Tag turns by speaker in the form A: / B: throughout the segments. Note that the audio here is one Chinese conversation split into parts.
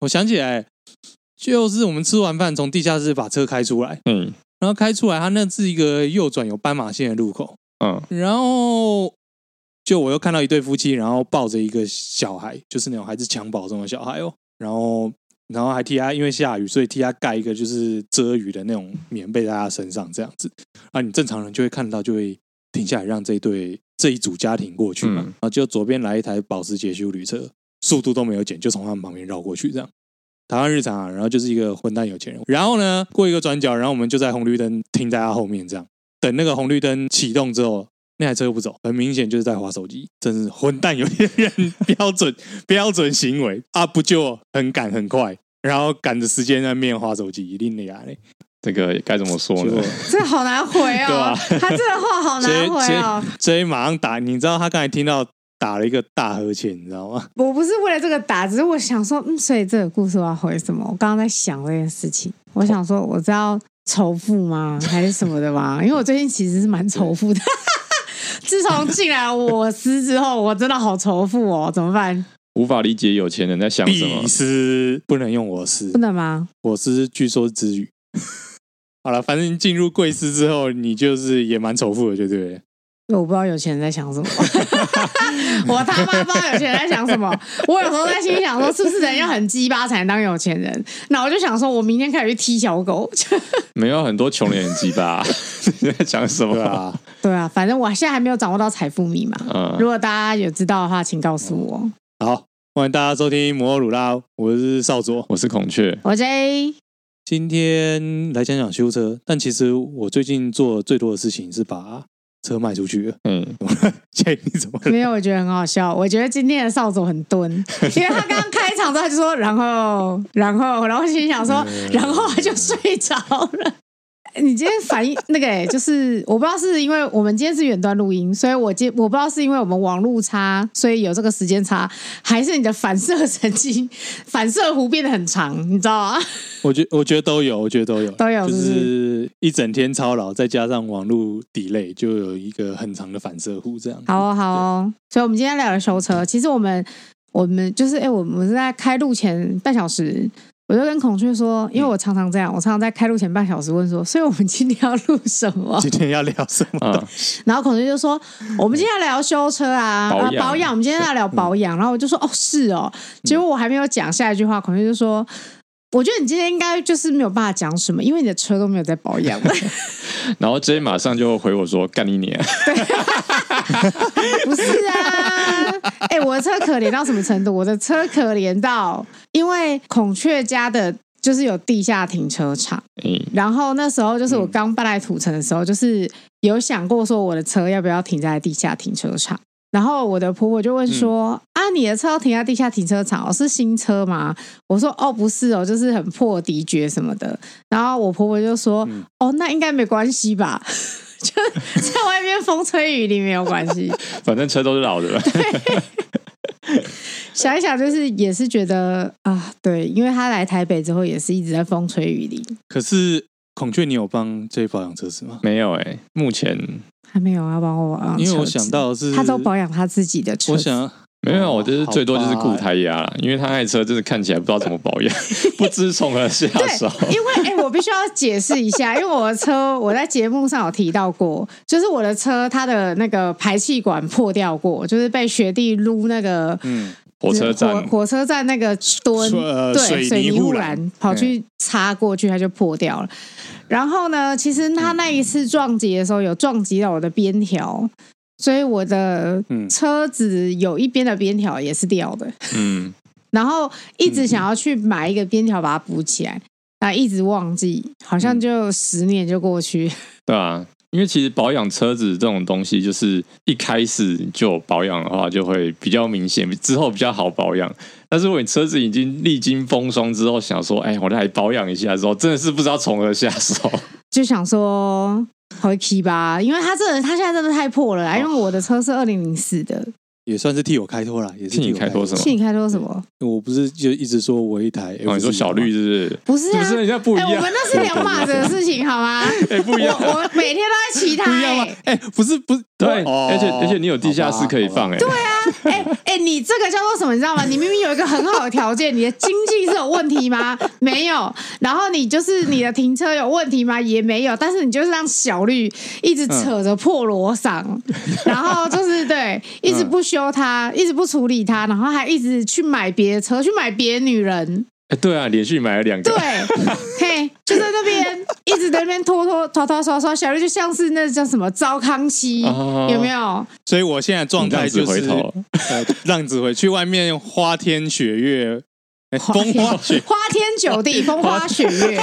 A: 我想起来，就是我们吃完饭从地下室把车开出来，
B: 嗯
A: 然后开出来，它那是一个右转有斑马线的路口，
B: 嗯
A: 然后就我又看到一对夫妻，然后抱着一个小孩，就是那种还是襁褓中的小孩哦，然后然后还替他，因为下雨，所以替他盖一个就是遮雨的那种棉被在他身上，这样子啊，你正常人就会看到，就会停下来让这一对这一组家庭过去嘛，
B: 嗯
A: 然后就左边来一台保时捷修旅车，速度都没有减，就从他们旁边绕过去这样。台湾日常啊，然后就是一个混蛋有钱人，然后呢，过一个转角，然后我们就在红绿灯停在他后面，这样等那个红绿灯启动之后，那台车又不走，很明显就是在划手机，真是混蛋有些人 标准标准行为啊，不就很赶很快，然后赶着时间在面划手机，一定的啊嘞，
B: 这个该怎么说
A: 结
B: 呢
A: 果？
C: 这好难回
A: 对啊
C: 哦，他这个话好难
A: 所以
C: 回哦。
A: 所以马上打，你知道他刚才听到打了一个大呵欠，你知道吗？
C: 我不是为了这个打，只是我想说，嗯，所以这个故事我要回什么？我刚刚在想这件事情，我想说，我知道仇富吗，还是什么 的吗？因为我最近其实是蛮仇富的。自从进来我司之后，我真的好仇富哦，怎么办？
B: 无法理解有钱人在想什么
A: 必。思不能用我思
C: 不，能吗？
A: 我思据说是之语。 好了，反正进入贵司之后，你就是也蛮仇富的，对不对了？
C: 我不知道有钱人在想 什么，我他妈不知道有钱人在想什么。我有时候在心里想说，是不是人要很鸡巴才能当有钱人？那我就想说，我明天开始去踢小狗。
B: 没有很多穷人很鸡 巴，你在讲什么
A: 对？ 啊，
C: 对啊，反正我现在还没有掌握到财富密码。如
B: 嗯，
C: 果大家有知道的话，请告诉我。
A: 好，欢迎大家收听摩尔鲁拉，我是少佐。
B: 我是孔雀，
C: 我 J，
A: 今天来讲讲修车，但其实我最近做最多的事情是把车卖出去了。
B: 嗯，
A: 建议怎么了？
C: 没有，我觉得很好笑。我觉得今天的少佐很蹲，因为他刚刚开场之后他就说，然后，然后，然后我心里想说，然后他就睡着了。 你今天反应那个、欸，就是我不知道是因为我们今天是远端录音，所以我今我不知道是因为我们网路差，所以有这个时间差，还是你的反射神经反射弧变得很长，你知道吗？
A: 我觉我觉得都有，我觉得都有，
C: 都有
A: 就是
C: 不
A: 是一整天操劳，再加上网络 delay，就有一个很长的反射弧
B: 嗯
A: 这样。
C: 好哦，好哦。所以我们今天聊了修车，其实我们我们就是哎、诶我们是在开录前半小时，我就跟孔雀说，
B: 嗯
C: 因为我常常这样，我常常在开录前半小时问说，所以我们今天要录什 么？
A: 今天要聊什 么？
B: 啊，
C: 然后孔雀就说，我们今天要聊修车啊，
B: 嗯保
C: 啊
B: 养嗯
C: 保养，我们今天要聊保养。然后我就说，哦，是哦。结果我还没有讲下一句话，孔雀就说。我觉得你今天应该就是没有办法讲什么，因为你的车都没有在保 养。
B: 然后 J 马上就回我说：“干你娘
C: 不是啊，哎、我的车可怜到什么程度？我的车可怜到，因为孔雀家的。就是有地下停车场，！”
B: 嗯，
C: 然后那时候就是我刚搬来土城的时候，就是有想过说我的车要不要停在地下停车场。然后我的婆婆就问说：“啊，你的车要停在地下停车场、哦，是新车吗？”我说：“哦，不是哦，就是很破的爵什么的。”然后我婆婆就说：“哦，那应该没关系吧， 就在外面风吹雨淋没有关系。”
B: 反正车都是老的 了。
C: 想一想，就是也是觉得啊，对，因为他来台北之后也是一直在风吹雨淋，
A: 可是孔雀，你有帮这保养车子吗？
B: 没有哎、目前
C: 还没有要帮我啊保养车子，
A: 因为我想到的是，
C: 他都保养他自己的车
A: 我
C: 子，
A: 想
B: 没有，啊我就是
A: 好
B: 最多就是
A: 哦吧
B: 固胎压啦，因为他那车真的看起来不知道怎么保养， 不知从何下手。
C: 对，因为哎、我必须要解释一下，因为我的车我在节目上有提到过，就是我的车它的那个排气管破掉过，就是被学弟撸那个
A: 嗯，
B: 火车站
C: 火火车站那个墩，
A: 水呃
C: 对，
A: 水泥
C: 泥
A: 护
C: 护
A: 栏
C: 栏跑去擦过去，它就破掉了。然后呢，其实它那一次撞击的时候，有撞击到我的边条，所以我的
A: 嗯
C: 车子有一边的边条也是掉的。
B: 嗯，
C: 然后一直想要去买一个边条把它补起来，啊，一直忘记，好像就十年就过去。
B: 对啊，因为其实保养车子这种东西，就是一开始就有保养的话，就会比较明显，之后比较好保养。但是如果你车子已经历经风霜之后，想说，哎，我来保养一下之后，真的是不知道从何下手。
C: 就想说回 K 吧，因为它真的，它现在真的太破了啦。因为我的车是二零零四的，
A: 也算是替我开脱了，也是
B: 替你
A: 我
B: 开脱什么
C: 是你开说什么？
A: 我不是就一直说我一台 F4 吗，
B: 哦，你说小绿是
C: 不
B: 不
C: 是
B: 是？
C: 啊，
B: 是不是人家不一
C: 哎、
B: 样？
C: 我们那是两码子的事情，好吗？
B: 哎不一样。
C: 我我每天都在骑它、
B: 啊
A: 不一样吗
C: 哎？
A: 哎，不是不是，
B: 对，
A: 哦
B: 而且而且你有地下室可以放，哎，对啊，
C: 哎哎，你这个叫做什么？你知道吗？你明明有一个很好的条件，你的经济是有问题吗？ 没有。然后你就是你的停车有问题吗？也没有。但是你就是让小绿一直扯着破锣嗓，
B: 嗯
C: 然后就是对，一直不修它，一直不处理它，然后还一直去买别的车，去买别的女人。
B: 哎对啊，连续买了两
C: 对
B: 个，，
C: 嘿，就在那边一直在那边拖拖拖拖刷刷，小绿就像是那叫什么糟糠妻，
B: 哦
C: 有没有？
A: 所以我现在状态就
B: 你
A: 是
B: 浪子 回头
A: 呃，浪子回去外面花天雪月，哎风花 雪哎
C: 花天酒地，风花雪 月，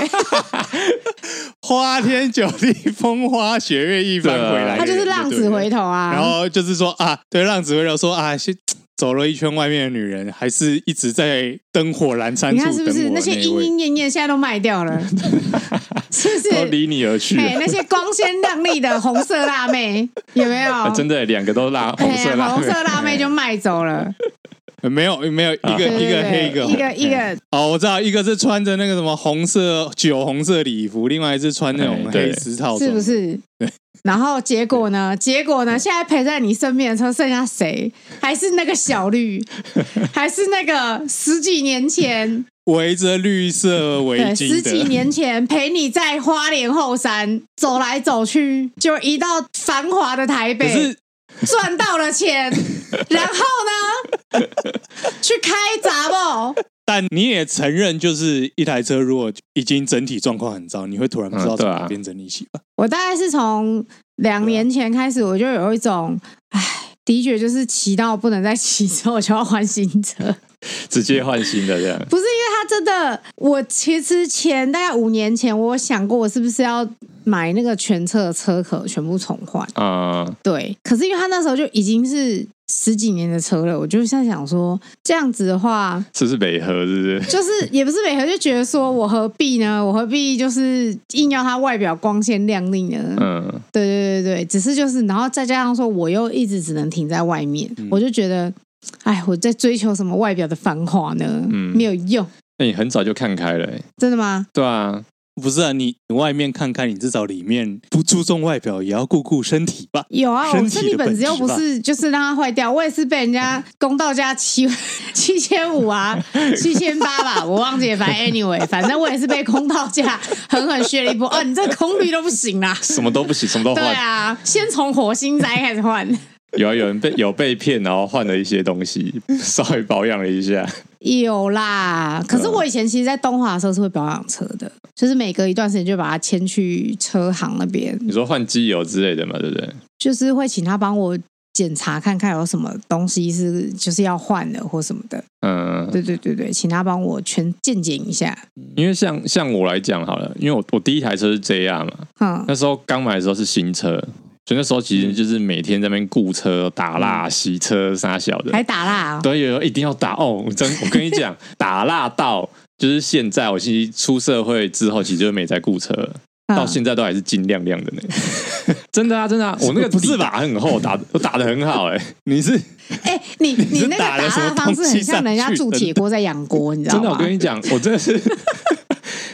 A: 花天酒地，风花雪月一番回来，
B: 对啊
C: 他就是浪子回
A: 头。
C: 头啊。
A: 然后就是说啊，对，浪子回头说啊，先走了一圈外面的女人，还是一直在灯火阑珊
C: 你
A: 处
C: 看
A: 等我的
C: 是不是
A: 那
C: 那些莺
A: 一位
C: 莺燕燕现在都卖掉 了？是不
B: 都
C: 是？
B: 离你而去了
C: 哎，那些光鲜亮丽的红色辣妹有没有
B: 啊？真的耶两个都辣红
C: 哎
B: 色
C: 呀，
B: 辣
C: 红
B: 妹，
C: 色辣妹就卖走了，
A: 呃没有没有 一个
B: 啊
C: 对
A: 一个
C: 对
A: 黑
C: 对
A: 一个红
C: 一个一个
A: 哦，我知道，一个是穿着那个什么红色酒红色礼服，另外一是穿那种
B: 哎
A: 黑
B: 对
A: 丝套装，
C: 是不是？然后结果呢？结果呢？现在陪在你身边的车剩下 谁？还是那个小绿，还是那个十几年前
A: 围着绿 色围
C: 对，
A: 巾
C: 十几
A: 的？
C: 年前 陪你在花莲后山走来走去，就一到繁华的台
A: 可
C: 北
A: 是，
C: 赚到了 钱，然后呢，去开杂报，
A: 但你也承认，就是一台车如果已经整体状况很糟，你会突然不知道从
B: 嗯对啊
A: 哪边整理起吧？
C: 我大概是从两年前开始，我就有一种，唉，的确就是骑到不能再骑车，我就要换新车。
B: 直接换新的这样。
C: 不是因为他真的，我其实前大概五年前，我有想过我是不是要买那个全车的车壳全部重换。
B: 啊，
C: 对，可是因为他那时候就已经是十几年的车了，我就在想说，这样子的话，
B: 这是北河，是不是？
C: 就是也不是美和就觉得说我何必呢？我何必就是硬要它外表光鲜亮丽呢？
B: 嗯，
C: 对对对对，只是就是，然后再加上说我又一直只能停在外面，
B: 嗯
C: 我就觉得，哎，我在追求什么外表的繁华呢？
B: 嗯
C: 没有用，
B: 那你很早就看开了欸，
C: 真的吗？
B: 对啊，
A: 不是啊，你你外面看看，你至少里面不注重外表，也要顾顾身体吧？
C: 有啊，
A: 身
C: 我
A: 体
C: 身体
A: 的
C: 本
A: 本
C: 质又
A: 质
C: 不
A: 吧
C: 是就是让它坏掉，我也是被人家公道价七七千五啊，七千八吧，我忘记了，反正 anyway，反正我也是被公道价狠狠削了一波。哦，你这空绿都不行啦。
B: 什么都不行，什么都
C: 对
B: 换。
C: 啊，先从火星灾开始换，
B: 有啊，有人被有被骗，然后换了一些东西， 稍微保养了一下。
C: 有啦。可是
B: 对啊
C: 我以前其实，在东华的时候是会保养车的，就是每隔一段时间就把它牵去车行那边，
B: 你说换机油之类的嘛，对不对？
C: 就是会请他帮我检查看看有什么东西是就是要换的或什么的。
B: 嗯，
C: 对对对对，请他帮我全鉴检一下。
B: 因为像像我来讲好了，因为我我第一台车是 JR 嘛，
C: 嗯，
B: 那时候刚买的时候是新车，所以那时候其实就是每天在那边雇车、打蜡、洗车、啥小的，
C: 还打蜡、哦，
B: 对，有一定要打哦！我真，我跟你讲， 打蜡到就是现在，我其实出社会之后，其实就没在雇车了，
C: 嗯
B: 到现在都还是金亮亮的呢。 真的啊，真的啊，我那个
A: 不是
B: 底打很厚，打 我打的很好 哎、
A: 你是
C: 哎、你
A: 你
C: 你
A: 是
C: 那个
A: 打
C: 打
A: 了什么
C: 蜡方式
A: 东西
C: 很像人
A: 上
C: 家
A: 去
C: 铸铁锅在养锅，你知道
B: 真的，
A: 啊
B: 我
C: 吗？
B: 跟你讲，我真的是。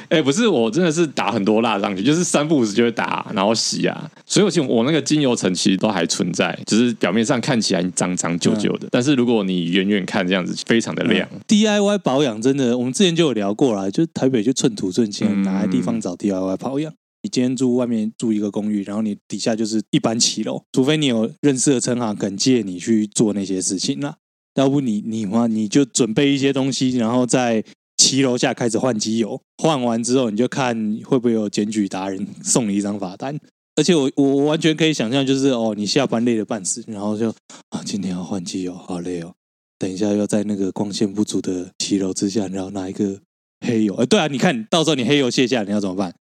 B: 哎、不是，我真的是打很多蜡上去，就是三不五时就会打，然后洗啊。所以我其实我那个精油层其实都还存在，只、是表面上看起来脏脏旧旧
A: 嗯
B: 的，但是如果你远远看这样子，非常的亮。
A: DIY 保养真的，我们之前就有聊过啦，就是台北就寸土寸金，
B: 嗯
A: 哪来地方找 DIY 保养？你今天住外面住一个公寓，然后你底下就是一般骑楼，除非你有认识的车行肯借你去做那些事情啦，要不你你嘛你就准备一些东西，然后在骑楼下开始换机油，换完之后你就看会不会有检举达人送你一张罚单。而且我我我完全可以想象，就是哦，你下班累得半死，然后就啊，今天要换机油，好累哦。等一下要在那个光线不足的骑楼之下，然后拿一个黑油。呃，对啊，你看到时候你黑油卸下，你要怎么办？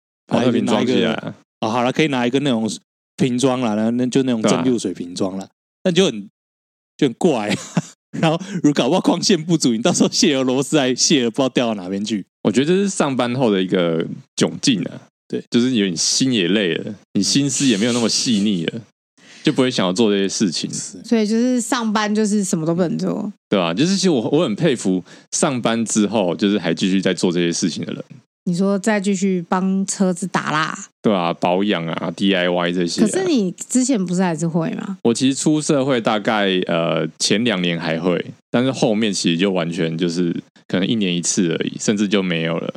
A: 拿
B: 把
A: 一
B: 那
A: 个
B: 瓶
A: 拿
B: 装
A: 一
B: 起
A: 个
B: 来
A: 啊、
B: 啊，
A: 好了，可以拿一个那种瓶装啦，然后那就那种
B: 对啊
A: 蒸馏水瓶装啦，但就很就很怪、啊。 然后如果搞不好光线不足，你到时候卸油螺丝还卸了，不知道掉到哪边去。
B: 我觉得这是上班后的一个窘境啊。
A: 对，
B: 就是有点心也累了，你心思也没有那么细腻了，就不会想要做这些事情，
C: 所以就是上班就是什么都不能做，
B: 啊对吧、就是其实我我很佩服上班之后就是还继续在做这些事情的人，
C: 你说再继续帮车子打蜡，
B: 对啊，保养啊，DIY 这些、啊。
C: 可是你之前不是还是会吗？
B: 我其实出社会大概呃前两年还会，但是后面其实就完全就是可能一年一次而已，甚至就没有了。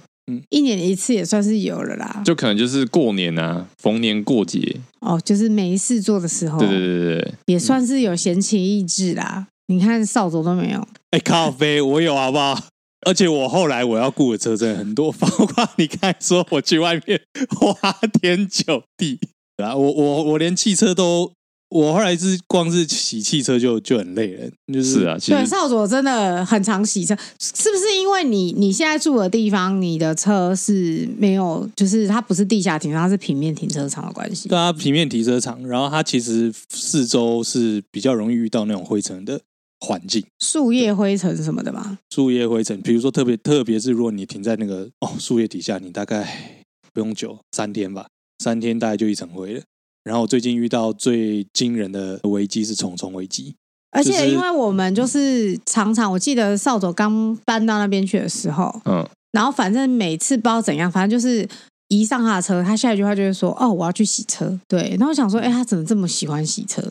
C: 一年一次也算是有了啦。
B: 就可能就是过年啊，逢年过节，
C: 哦，就是没事做的时候，
B: 对对嗯对对对，
C: 也算是有闲情逸致啦。你看少佐都没有，
A: 哎、咖啡我有好不好？而且我后来我要雇的车真的很多， 包括你刚才说我去外面花天酒地，对啊，我我我连汽车都，我后来是光是洗汽车就就很累了，就是
B: 啊，其
C: 对，
B: 实
C: 少佐真的很常洗车，是不是因为你你现在住的地方，你的车是没有，就是它不是地下停车，它是平面停车场的关系？
A: 对啊，平面停车场，然后它其实四周是比较容易遇到那种灰尘的环境，
C: 树叶、灰尘什么的嘛。
A: 树叶灰尘，比如说特别特别是如果你停在那个哦树叶底下，你大概不用久，三天吧，三天大概就一层灰了。然后我最近遇到最惊人的危机是虫虫危机，
C: 而
A: 就是
C: 且因为我们就是常常，我记得少佐刚搬到那边去的时候，
B: 嗯，
C: 然后反正每次不知道怎样，反正就是一上他的车，他下一句话就会说：“哦，我要去洗车。”对，然后我想说：“哎、他怎么这么喜欢洗车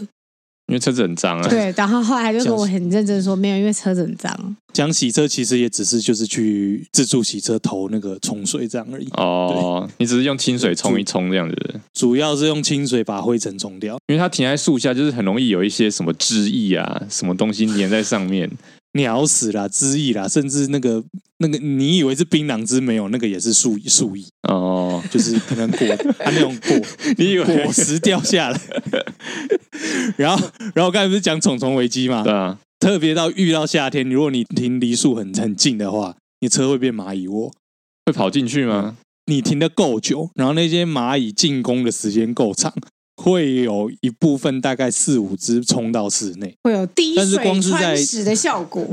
B: 因为车子很脏？”
A: 哎
B: 啊，
C: 对，然后后来就跟我很认真说：“没有，因为车子很脏。
A: 讲洗车其实也只是就是去自助洗车投那个冲水这样而已，
B: 哦，你只是用清水冲一冲这样子，
A: 主要是用清水把灰尘冲掉。
B: 因为它停在树下，就是很容易有一些什么汁液啊，什么东西粘在上面。
A: 鸟屎啦、汁液啦，甚至那个那个，你以为是槟榔汁没有，那个也是树树液，
B: 哦，
A: 就是可能果它那种果
B: 你以为
A: 果实掉下 来。然后，然后我刚才不是讲虫虫危机嘛？
B: 对啊？
A: 特别到遇到夏天，如果你停离树很很近的话，你车会变蚂蚁窝。
B: 会跑进去吗？
A: 你停的够久，然后那些蚂蚁进攻的时间够长，会有一部分大概四五只冲到室内”。
C: 会有滴
A: 但是光
C: 水
A: 是在
C: 穿石的效果，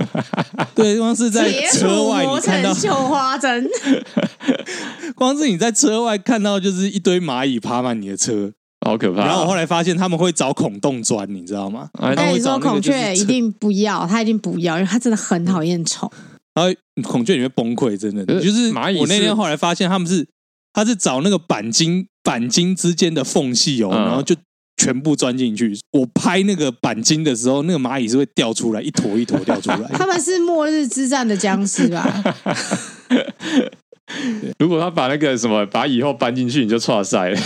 A: 对，光是在
C: 解除
A: 车外
C: 磨
A: 你看
C: 成
A: 到
C: 绣花针。
A: 光是你在车外看到就是一堆蚂蚁爬满你的车，
B: 好可怕啊！
A: 然后我后来发现他们会找孔洞钻，你知道吗？
B: 哎
C: 我
A: 那
C: 跟
A: 我
C: 你
A: 找
C: 说，
A: 那个
C: 孔
A: 就是
C: 雀
A: 车
C: 一定不要，它一定不要，因为它真的很讨厌虫。
A: 然后孔雀你会崩溃，真的。
B: 可是
A: 就是
B: 蚂蚁是
A: 我那天后来发现他们是，他是找那个板筋板筋之间的缝隙哦，
B: 嗯
A: 然后就全部钻进去。我拍那个板筋的时候，那个蚂蚁是会掉出来，一坨一坨掉出来。
C: 他们是末日之战的僵尸吧？
B: 如果他把那个什么把以后搬进去，你就错 赛了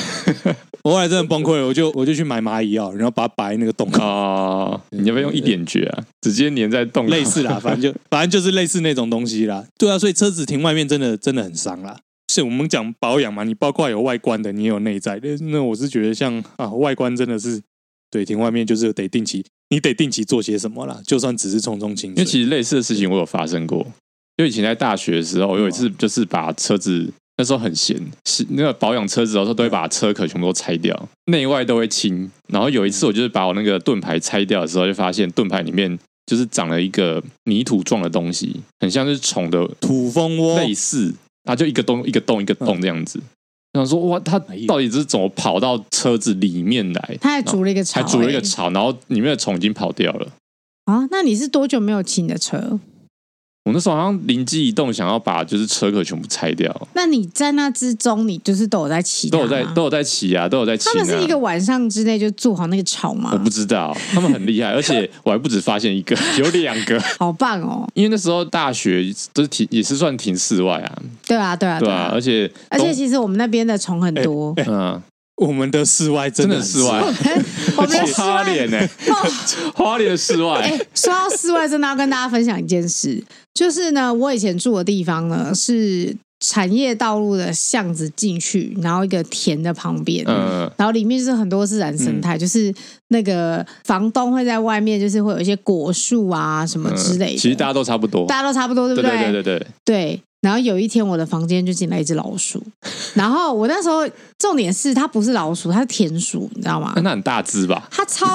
A: 我后来真的崩溃了，我就我就去买蚂蚁药，然后把它摆那个洞口。
B: 哦。你要不要用一点诀啊？直接粘在洞口
A: 类似啦，反正就反正就是类似那种东西啦。对啊，所以车子停外面真的真的很伤啦。是我们讲保养嘛，你包括有外观的，你也有内在的。那我是觉得像啊，外观真的是对停外面就是得定期，你得定期做些什么啦。就算只是冲冲清
B: 因
A: 水，
B: 为其实类似的事情我有发生过，因为以前在大学的时候，我有一
A: 哦
B: 次就是把车子那时候很闲，是那个保养车子的时候都会把车壳全部都拆掉，内外都会清。然后有一
A: 嗯
B: 次我就是把我那个盾牌拆掉的时候，就发现盾牌里面就是长了一个泥土状的东西，很像是虫的
A: 土蜂窝
B: 类似，它就一个洞一个洞一个
C: 嗯
B: 洞这样子。然后说哇，它
A: 哎呦
B: 到底是怎么跑到车子里面来？
C: 它还筑了一个
B: 还
C: 巢、
B: 筑了一个
C: 欸
B: 巢，然后里面的虫已经跑掉了。
C: 啊！那你是多久没有骑你的车？
B: 我那时候好像灵机一动，想要把就是车壳全部拆掉，
C: 那你在那之中，你就是都有在骑它
B: 都
C: 吗，
B: 有在都有在骑啊，都有在骑、啊。
C: 他们是一个晚上之内就做好那个巢
B: 我
C: 吗
B: 不？知 道，他们很厉害，而且我还不止发现一个，有两个。
C: 好棒哦！
B: 因为那时候大学都是停，也是算停室外啊，
C: 对啊，对啊，
B: 对啊
C: 啊，，
B: 而且
C: 而
B: 冬
C: 且其实我们那边的虫很多，
B: 嗯，
A: 我们的室外真
B: 真
A: 的
B: 的
A: 很
B: 室外，
C: 我们的室
B: 花
C: 外
B: 莲呢、欸
C: 哦
B: 花莲的室外
C: 哎、，说到室外，真的要跟大家分享一件事，就是呢，我以前住的地方呢是产业道路的巷子进去，然后一个田的旁边，
B: 嗯
C: 然后里面就是很多自然生态，就是那个房东会在外面，就是会有一些果树啊什么
B: 嗯
C: 之类的，
B: 其实大家都差不多，
C: 大家都差不多，对不
B: 对对对对对，
C: 对，然后有一天我的房间就进来一只老鼠，然后我那时候重点是它不是老鼠，它是田鼠，你知道吗
B: 哎那？那很大只吧？
C: 它超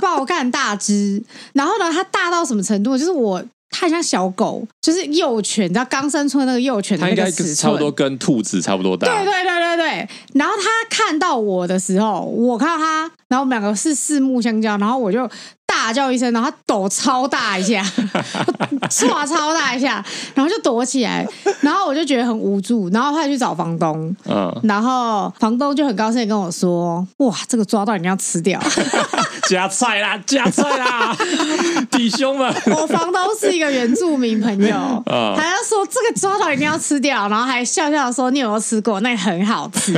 C: 爆干大只， 然后呢，它大到什么程度？就是我它很像小狗，就是幼犬，你知道刚生出的那个幼犬的
B: 它
C: 那
B: 应
C: 个
B: 该
C: 尺寸，
B: 差不多跟兔子差不多大，
C: 对对对对对，然后他看到我的时候，我看到他，然后我们两个是四目相交，然后我就大大叫一声，然后他抖超大一下， 唰超大一下，然后就躲起来，然后我就觉得很无助，然后后来去找房东，
B: 嗯，
C: 然后房东就很高兴的跟我说：“哇，这个抓到你要吃掉。
B: 加菜啦，加菜 啦，弟兄们，”
C: 我房东是一个原住民朋友，
B: 嗯
C: 他就说这个抓到一定要吃掉，然后还笑笑地说：“你有没有吃过？那很好 吃。”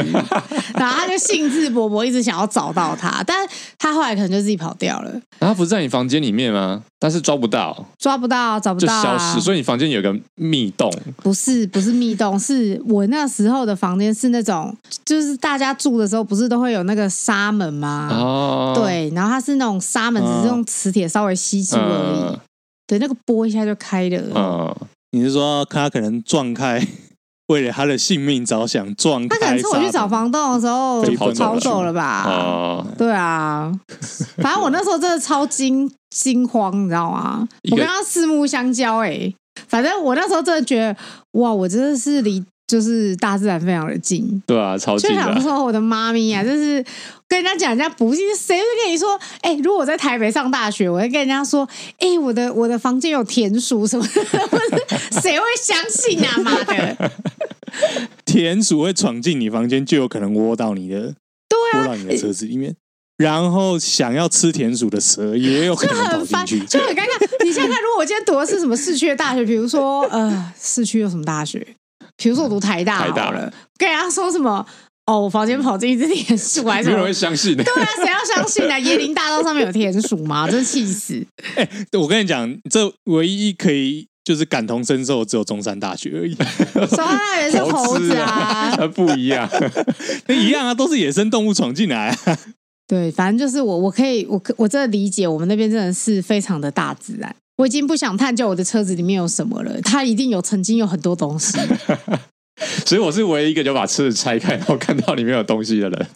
C: 然后他就兴致勃勃一直想要找到他，但他后来可能就自己跑掉了，
B: 然后不是在你房间里面吗？但是抓不到，
C: 抓不到，找不
B: 就
C: 到、
B: 消
C: 啊，
B: 失，所以你房间有个密洞，
C: 不是不是密洞，是我那时候的房间是那种，就是大家住的时候不是都会有那个纱门吗？
B: 哦，
C: 啊对，然后它是那种纱门，
B: 啊
C: 只是用磁铁稍微吸住而已。
B: 嗯，
C: 对，那个拨一下就开了。
B: 嗯
A: 你是说他可能撞开， 为了他的性命着想撞开
C: 他
A: 闸门？
C: 可能趁我去找房东的时候
A: 就
B: 跑走了
C: 走了吧？
B: 哦，
C: 对啊，反正我那时候真的超惊惊慌，你知道吗？
B: 一
C: 我
B: 个
C: 跟他四目相交、欸，哎，反正我那时候真的觉得，哇，我真的是离就是大自然非常的近。
B: 对啊，超
C: 就
B: 近的
C: 想
B: 啊，
C: 说我的妈咪呀、就是跟人家讲人家不信，谁会跟你说？哎、如果我在台北上大学，我会跟人家说，哎、我的我的房间有田鼠什么的， 我是谁会相信啊？妈的，
A: 田鼠会闯进你房间，就有可能窝到你的，对啊，窝到你的车子里面。然后想要吃田鼠的蛇也有可
C: 就
A: 能
C: 很
A: 跑
C: 烦，
A: 进去。
C: 就很尴尬。你想想看，如果我今天读的是什么市区的大学，比如说呃，市区有什么大学？比如说我读台大
B: 台大
C: 好了，跟人家说什么？哦，我房间跑进一只田 鼠，还
B: 没
C: 是什
B: 有人
C: 么
B: 会？相信的。
C: 对啊，谁要相信啊？椰林大道上面有田鼠吗？真气死！
A: 我跟你讲，这唯一可以就是感同身受，只有中山大学而 已。
C: 所以那也是猴子啊，
B: 啊， 不一样。
A: 那一样啊，都是野生动物闯进来、啊。
C: 对，反正就是我，我可以，我可我真的理解，我们那边真的是非常的大自然。我已经不想探究我的车子里面有什么了，它一定有曾经有很多东西。
B: 所以我是唯一一个就把车子拆开，然后看到里面有东西的人，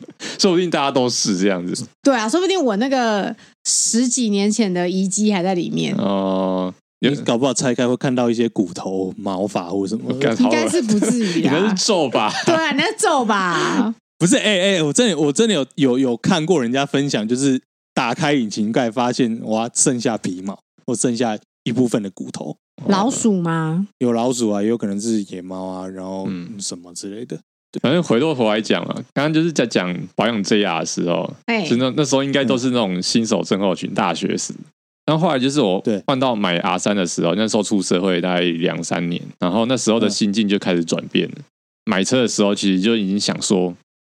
B: 说不定大家都是这样子。
C: 对啊，说不定我那个十几年前的遗迹还在里面，
B: 哦、 有
A: 你搞不好拆开会看到一些骨头、毛发或什么的。
B: 干
C: 应
B: 好
C: 该
B: 了，
C: 是不至于
B: 你 那
C: 啦
B: 是。咒吧？
C: 对啊，你那 走吧，
A: 不是，哎、哎、我真的我真的有有有看过人家分享，就是打开引擎盖发现哇，剩下皮毛，或剩下一部分的骨头，
C: 老鼠吗？
A: 有老鼠啊，也有可能是野猫啊，然后
B: 嗯
A: 什么之类的。
B: 反正回过头来讲啊，刚刚就是在讲保养 JR 的时候，
C: 哎
B: 就，那那时候应该都是那种新手症候群，大学时。然后后来就是我
A: 对
B: 换到买 R 三的时候，那时候出社会大概两三年，然后那时候的
A: 嗯
B: 心境就开始转变了。买车的时候，其实就已经想说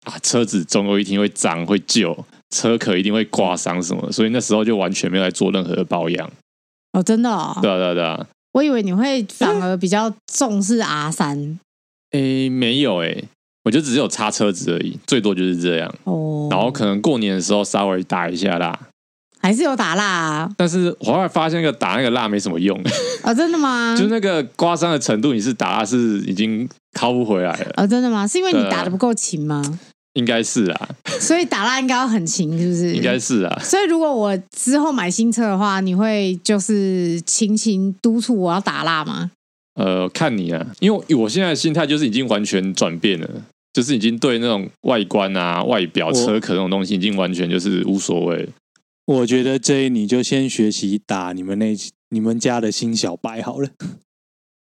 B: 啊，车子总有一天会脏会旧，车壳一定会刮伤什么的，所以那时候就完全没有来做任何的保养。
C: 哦，真的哦，
B: 对啊，对嗯啊，对啊。
C: 我以为你会反而比较重视 R 三
B: 诶，没有诶，我就只有擦车子而已，最多就是这样。
C: 哦，
B: 然后可能过年的时候稍微打一下啦，
C: 还是有打蜡啊？
B: 但是我后来发现那个打那个蜡没什么用，
C: 哦，真的吗？
B: 就那个刮伤的程度，你是打蜡是已经靠不回来了，
C: 哦，真的吗？是因为你
B: 对啊
C: 打的不够勤吗？
B: 应该是啊，
C: 所以打蜡应该要很勤，是不是？
B: 应该。是啊，
C: 所以如果我之后买新车的话，你会就是轻轻督促我要打蜡吗？
B: 呃，看你啊，因为我现在的心态就是已经完全转变了，就是已经对那种外观啊、外表、
A: 我
B: 车壳那种东西，已经完全就是无所谓了。
A: 我觉得这你就先学习打你们那你们家的新小白好了，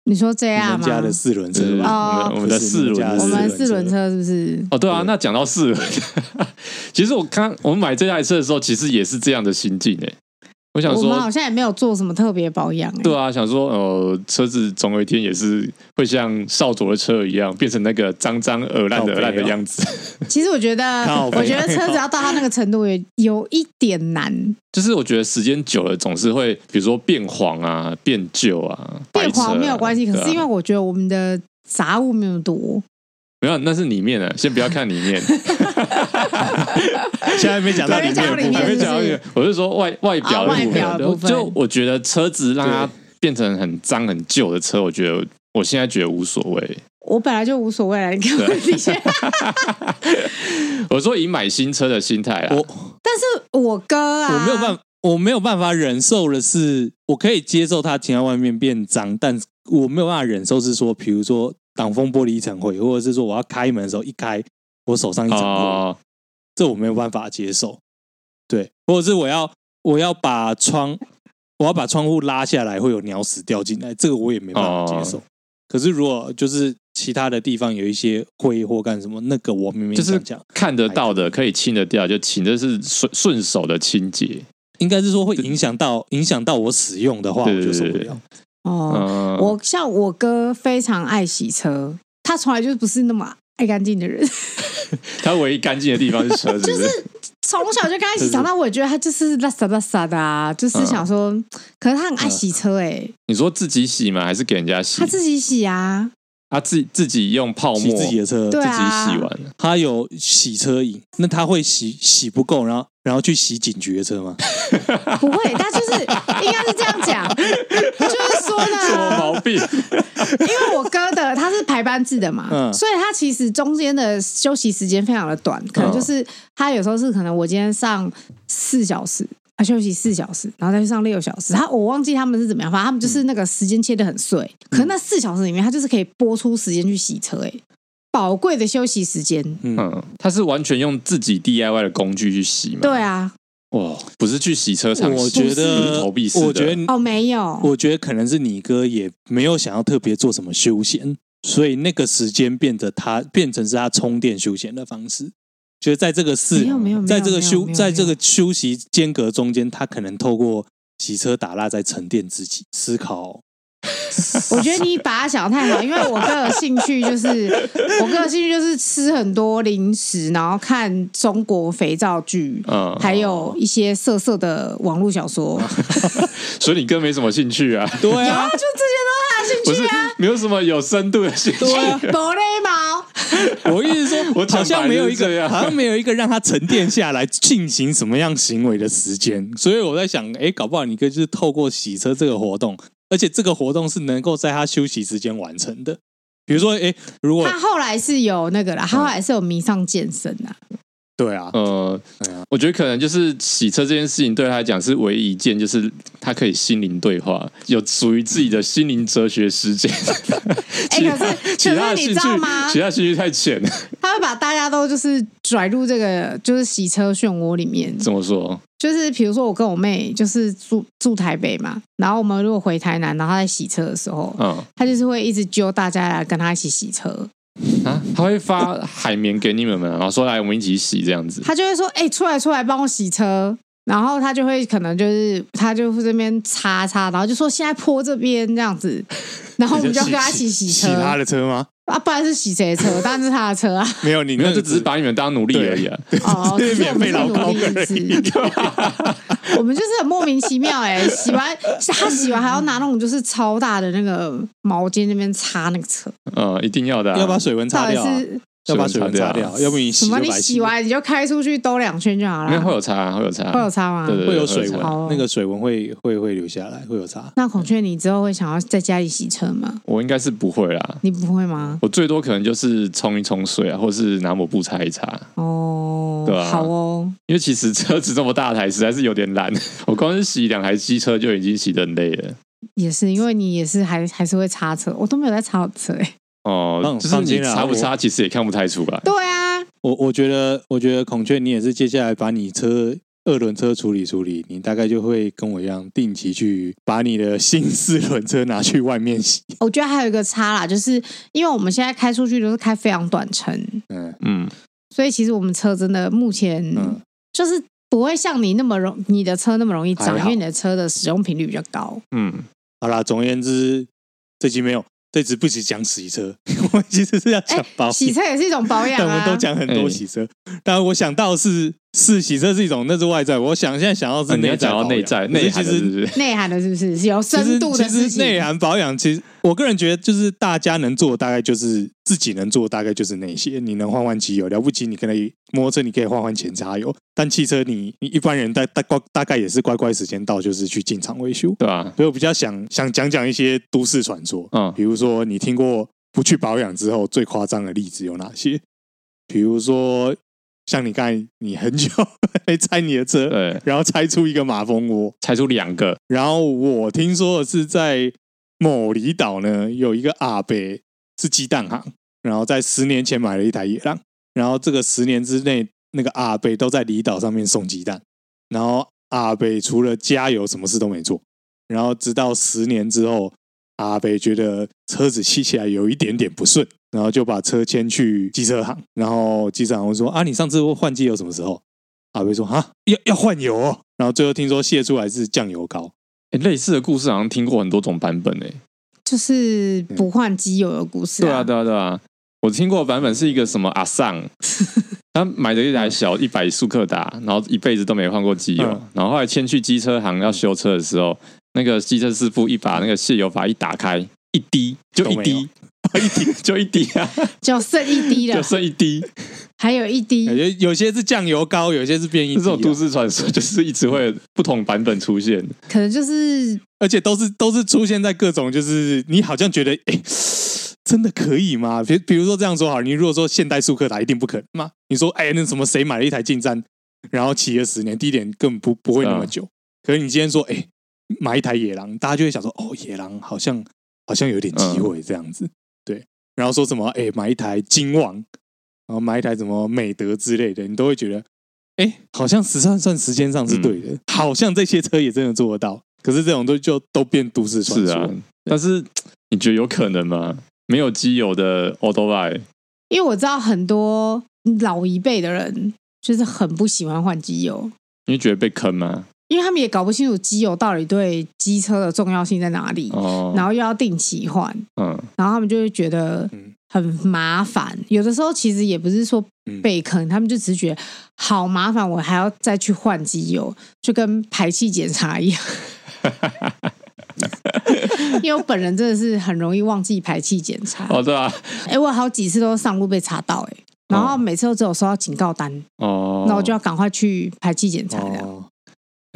C: 你说这
A: 你
C: 样
A: 们
C: 吗？
A: 家的四轮
B: 就是
A: 车吧。
B: 我们
C: 啊哦
B: 呃我们的
A: 不是
B: 四
A: 你们家
B: 轮
A: 的
C: 我
B: 是
C: 们四轮车是不是？
B: 哦，对啊，
A: 对
B: 那讲到四轮， 其实我刚我们买这台车的时候，其实也是这样的心境诶、我想
C: 我
B: 说
C: 们，好像也没有做什么特别保养、欸。
B: 对啊，想说呃，车子总有一天也是会像少佐的车一样，变成那个脏脏耳烂的
A: 靠北哦
B: 耳烂的样子。
C: 其实我觉得
A: 靠，北
C: 我觉得车子要到它那个程度也有一点难。
B: 就是我觉得时间久了总是会，比如说变黄啊、变旧啊、
C: 变黄没有关 系，
B: 白
C: 可
B: 车啊
C: 是因为
B: 对啊
C: 我觉得我们的杂物没有多，
B: 没有，那是里面的，先不要看里 面，
A: 现在没讲到
C: 还
A: 里面的
C: 没讲
A: 部
C: 到
A: 分，
C: 里面
B: 还没讲到里面，我是说外外表的
C: 啊
B: 部
C: 外表
B: 分。
C: 的部分
B: 就我觉得车子让它
A: 对
B: 变成很脏很旧的车，我觉得我现在觉得无所谓。
C: 我本来就无所谓了。你看我的 确
B: 我说以买新车的心态啊啦，
A: 我
C: 但是我哥啊，
A: 我没有办，我没有办法忍受的是，我可以接受它停在外面变脏，但是我没有办法忍受是说，比如说挡风玻璃一层灰，或者是说我要开门的时候一开，我手上一层灰，
B: 哦，
A: 这我没有办法接受。对，或者是我要我要把窗，我要把窗户拉下来，会有鸟屎掉进来，这个我也没办法接
B: 哦
A: 受。可是如果就是其他的地方有一些灰或干什么，那个我明明
B: 就是
A: 想讲，
B: 看得到的，可以清得掉就清，这是顺顺手的清洁。
A: 应该是说会影响到影响到我使用的话，
B: 对
A: 我
B: 对
A: 就受不
B: 对
A: 了。
C: 哦，
B: 嗯，
C: 我像我哥非常爱洗车，他从来就不是那么爱干净的人，
B: 它唯一干净的地方是车子，就是
C: 从小就跟 他一起长大，我也觉得他就是拉撒拉撒的啊，
B: 嗯
C: 就是想说，可是他很爱洗车哎、
B: 你说自己洗吗？还是给人家洗
C: 他？自己洗啊，
B: 他自己自己用泡沫
A: 洗自己的车，
C: 对
B: 自己
C: 啊
B: 洗完，
A: 他有洗车瘾，那他会洗洗不够，然后然后去洗警局的车 吗？
C: 不会，他就是应该是这样讲，就是说
B: 什么
C: 呢，
B: 毛病？
C: 因为我哥的他是排班制的嘛，
A: 嗯
C: 所以他其实中间的休息时间非常的短，可能就是他有时候是可能我今天上四小时。他休息四小时，然后再去上六小时。他我忘记他们是怎么样，反正他们就是那个时间切的很碎。可是那四小时里面，他就是可以拨出时间去洗车、欸，宝贵的休息时间。
B: 嗯，他是完全用自己 DIY 的工具去洗嘛？
C: 对，啊，
B: 哇，不是去洗车场洗，
A: 我觉
B: 不是
A: 得，
B: 投币式的，
A: 我觉得，
C: 哦，没有，
A: 我觉得可能是你哥也没有想要特别做什么休闲，所以那个时间变得他变成是他充电休闲的方式。就是在这个事
C: 没有没有没有，
A: 在这个
C: 没有
A: 休
C: 没有
A: 在这
C: 没有
A: 个休息间隔中间，他可能透过洗车打蜡在沉淀自己，思考。
C: 我觉得你把它想得太好，因为我个有兴趣就是，我个有兴趣就是吃很多零食，然后看中国肥皂剧，
B: 嗯哦
C: 还有一些色色的网络小说。
B: 所以你哥没什么兴趣啊，
A: 对
C: 然
A: 啊
C: 后，就
B: 不
C: 这些都是他的兴
B: 是
C: 趣啊。
B: 没有什么有深度的兴趣。
C: 哎，博雷 毛，
A: 我意思说，
B: 我讲
A: 好像
B: 白
A: 没有
B: 就是
A: 一
B: 这
A: 个，
B: 样
A: 好像没有一个让他沉淀下来进行什么样行为的时间，所以我在想，哎，搞不好你哥就是透过洗车这个活动，而且这个活动是能够在他休息时间完成的。比如说，哎，如果
C: 他后来是有那个啦，他后来是有迷上健身啊。
A: 对啊，
B: 呃
A: 对啊，
B: 我觉得可能就是洗车这件事情对他来讲是唯一一件，就是他可以心灵对话，有属于自己的心灵哲学时 间。
C: 哎，
B: 其
C: 可
B: 他
C: 是
B: 其他
C: 可
B: 的
C: 是你
B: 兴
C: 知道
B: 趣
C: 吗，？
B: 其他兴趣太浅了。
C: 他会把大家都就是拽入这个就是洗车漩涡里面。
B: 怎么说？
C: 就是比如说，我跟我妹就是住住台北嘛，然后我们如果回台南，然后她在洗车的时候，
B: 嗯
C: 她就是会一直揪大家来跟她一起洗车，
B: 啊，他会发海绵给你们们，然后说来我们一起洗这样子。
C: 她就会说：“哎、出来出来，帮我洗车。”然后她就会可能就是她就会这边擦擦，然后就说现在泼这边这 样子，然后我们就跟她一起洗
A: 洗
C: 车
A: 他的车吗？
C: 啊，不然是洗谁的车？当然是她的车啊。
A: 没有，你
B: 没
A: 那
B: 有，
A: 个
B: 就只是把你们当奴隶而已啊！
C: 哦，
A: 这
C: 只
A: 是
C: 是 我
A: 免
C: 们
A: 费
C: 是
A: 劳
C: 努
A: 工
C: 力
A: 而
C: 一
A: 已
C: 次。 我们就是很莫名其妙哎、洗完他洗完还要拿那种就是超大的那个毛巾那边擦那个车，
B: 嗯，一定要的 啊、
A: 要把水温
C: 到
A: 擦
C: 底
A: 掉啊，
C: 是
A: 要把水温擦
B: 啊
A: 掉，啊要不然你
C: 什
A: 洗就
C: 么？你
A: 白
C: 洗
A: 了
C: 完你就开出去兜两圈就好
B: 没有会
C: 了，
B: 有差，啊会有差，
C: 会有擦吗？
B: 对对
A: 会
B: 对
A: 有水
B: 会
A: 纹
B: 有
C: 差哦，
A: 那个水纹会会会留下来，会有擦。
C: 那孔雀，你之后会想要在家里洗车吗？
B: 我应该是不会啦，
C: 你不会吗？
B: 我最多可能就是冲一冲水啊，或是拿抹布擦一擦。
C: 哦
B: 对，啊
C: 好哦，
B: 因为其实车子这么大台，实在是有点懒。我光是洗两台机车就已经洗得很累了。
C: 也是，因为你也是还还是会擦车，我都没有在擦我的车哎、
B: 哦
A: 放，
B: 就是
A: 放
B: 你
A: 心啦
B: 擦不擦，其实也看不太出来。
C: 对啊，
A: 我我觉得，我觉得孔雀，你也是接下来把你车二轮车处理处理，你大概就会跟我一样，定期去把你的新四轮车拿去外面洗。
C: 我觉得还有一个差啦，就是因为我们现在开出去都是开非常短程，
A: 嗯
B: 嗯，
C: 所以其实我们车真的目前
A: 嗯，
C: 就是不会像你那么容，你的车那么容易
A: 还
C: 涨，
A: 好
C: 因为你的车的使用频率比较高。
B: 嗯，
A: 好啦，总而言之，这集没有，这集不只讲洗车， 我们其实是要讲保
C: 哎洗
A: 养。
C: 车也是一种保养
A: 但我们
C: 啊，
A: 都讲很
B: 哎
A: 多洗车，但我想到是是洗车是一种，那是外在。我想现在想到
B: 啊
A: 是
B: 你要
A: 内在
B: 讲
A: 保
B: 到
A: 养，
B: 内在
A: 可是其
B: 内涵的
A: 实
B: 是不是？
C: 内涵的，是不是？是有
A: 其
C: 深
A: 实
C: 度的事
A: 其实
C: 情。
A: 内涵保养，其实我个人觉得，就是大家能做，大概就是自己能做，大概就是那些。你能换换机油，了不起，你可以摩托车你可以换换前叉油，但汽车你你一般人大大乖大概也是乖乖时间到就是去进厂维修。
B: 对吧？
A: 所以我比较想想讲讲一些都市传说，
B: 嗯
A: 比如说你听过不去保养之后最夸张的例子有哪些？比如说像你刚才你很久 没拆你的车，
B: 对，
A: 然后拆出一个马蜂窝，
B: 猜出两个，
A: 然后我听说的是在某离岛呢，有一个阿伯是鸡蛋行，然后在十年前买了一台野狼，然后这个十年之内，那个阿伯都在离岛上面送鸡蛋，然后阿北除了加油什么事都没做，然后直到十年之后，阿北觉得车子骑起来有一点点不顺，然后就把车牵去机车行，然后机车行问说啊，你上次换机油什么时候？阿北说啊，要要换油哦，然后最后听说卸出来是酱油膏，
B: 诶类似的故事好像听过很多种版本诶、
C: 就是
A: 嗯
C: 不换机油的故事、
B: 对啊，对啊，对啊。我听过的版本是一个什么阿尚，
A: 啊
B: 他买了一
C: 嗯
B: 台小一百速克达，然后一辈子都没换过机油，
A: 嗯
B: 然后后来牵去机车行要修车的时候，那个机车师傅一把那个卸油阀一打开，一滴就一滴， 一滴就一滴啊，
C: 就剩 一滴啊了
B: 就，剩一滴。
C: 还有一滴
A: 感。觉有些是酱油膏，有些是变异、
B: 这种都
A: 都，
B: 市传说就是一直会有不同版本出现。
C: 可能就是
A: 而且都是都是出现在各种，就是你好像觉得，哎、真的可以吗？比比如说这样说好了，你如果说现代速克达一定不可能嘛？你说，哎、那什么谁买了一台进站，然后骑了十年，第一点根本不不会
B: 啊
A: 那么久。可是你今天说，哎、买一台野狼，大家就会想说，哦，野狼好像好像有点机
B: 嗯
A: 会这样子，对。然后说什么，哎、买一台金旺，然后买一台什么美德之类的，你都会觉得，哎，好像时算算时间上是对的，
B: 嗯
A: 好像这些车也真的做得到。可是这种都就都变都市传
B: 是
A: 说，
B: 啊，但是你觉得有可能吗？没有机油的 auto buy，
C: 因为我知道很多老一辈的人就是很不喜欢换机油，
B: 你觉得被坑吗？
C: 因为他们也搞不清楚机油到底对机车的重要性在哪里，
B: 哦，
C: 然后又要定期换，
B: 嗯，
C: 然后他们就会觉得
A: 嗯
C: 很麻烦。有的时候其实也不是说
A: 嗯
C: 被坑，他们就只是觉得好麻烦，我还要再去换机油，就跟排气检查一样。因为我本人真的是很容易忘记排气检查，
B: 哦，对啊，
C: 哎、我好几次都上路被查到、哎，然后每次都只有收到警告单，
B: 哦，
C: 那、我就要赶快去排气检查这样。
A: 哦，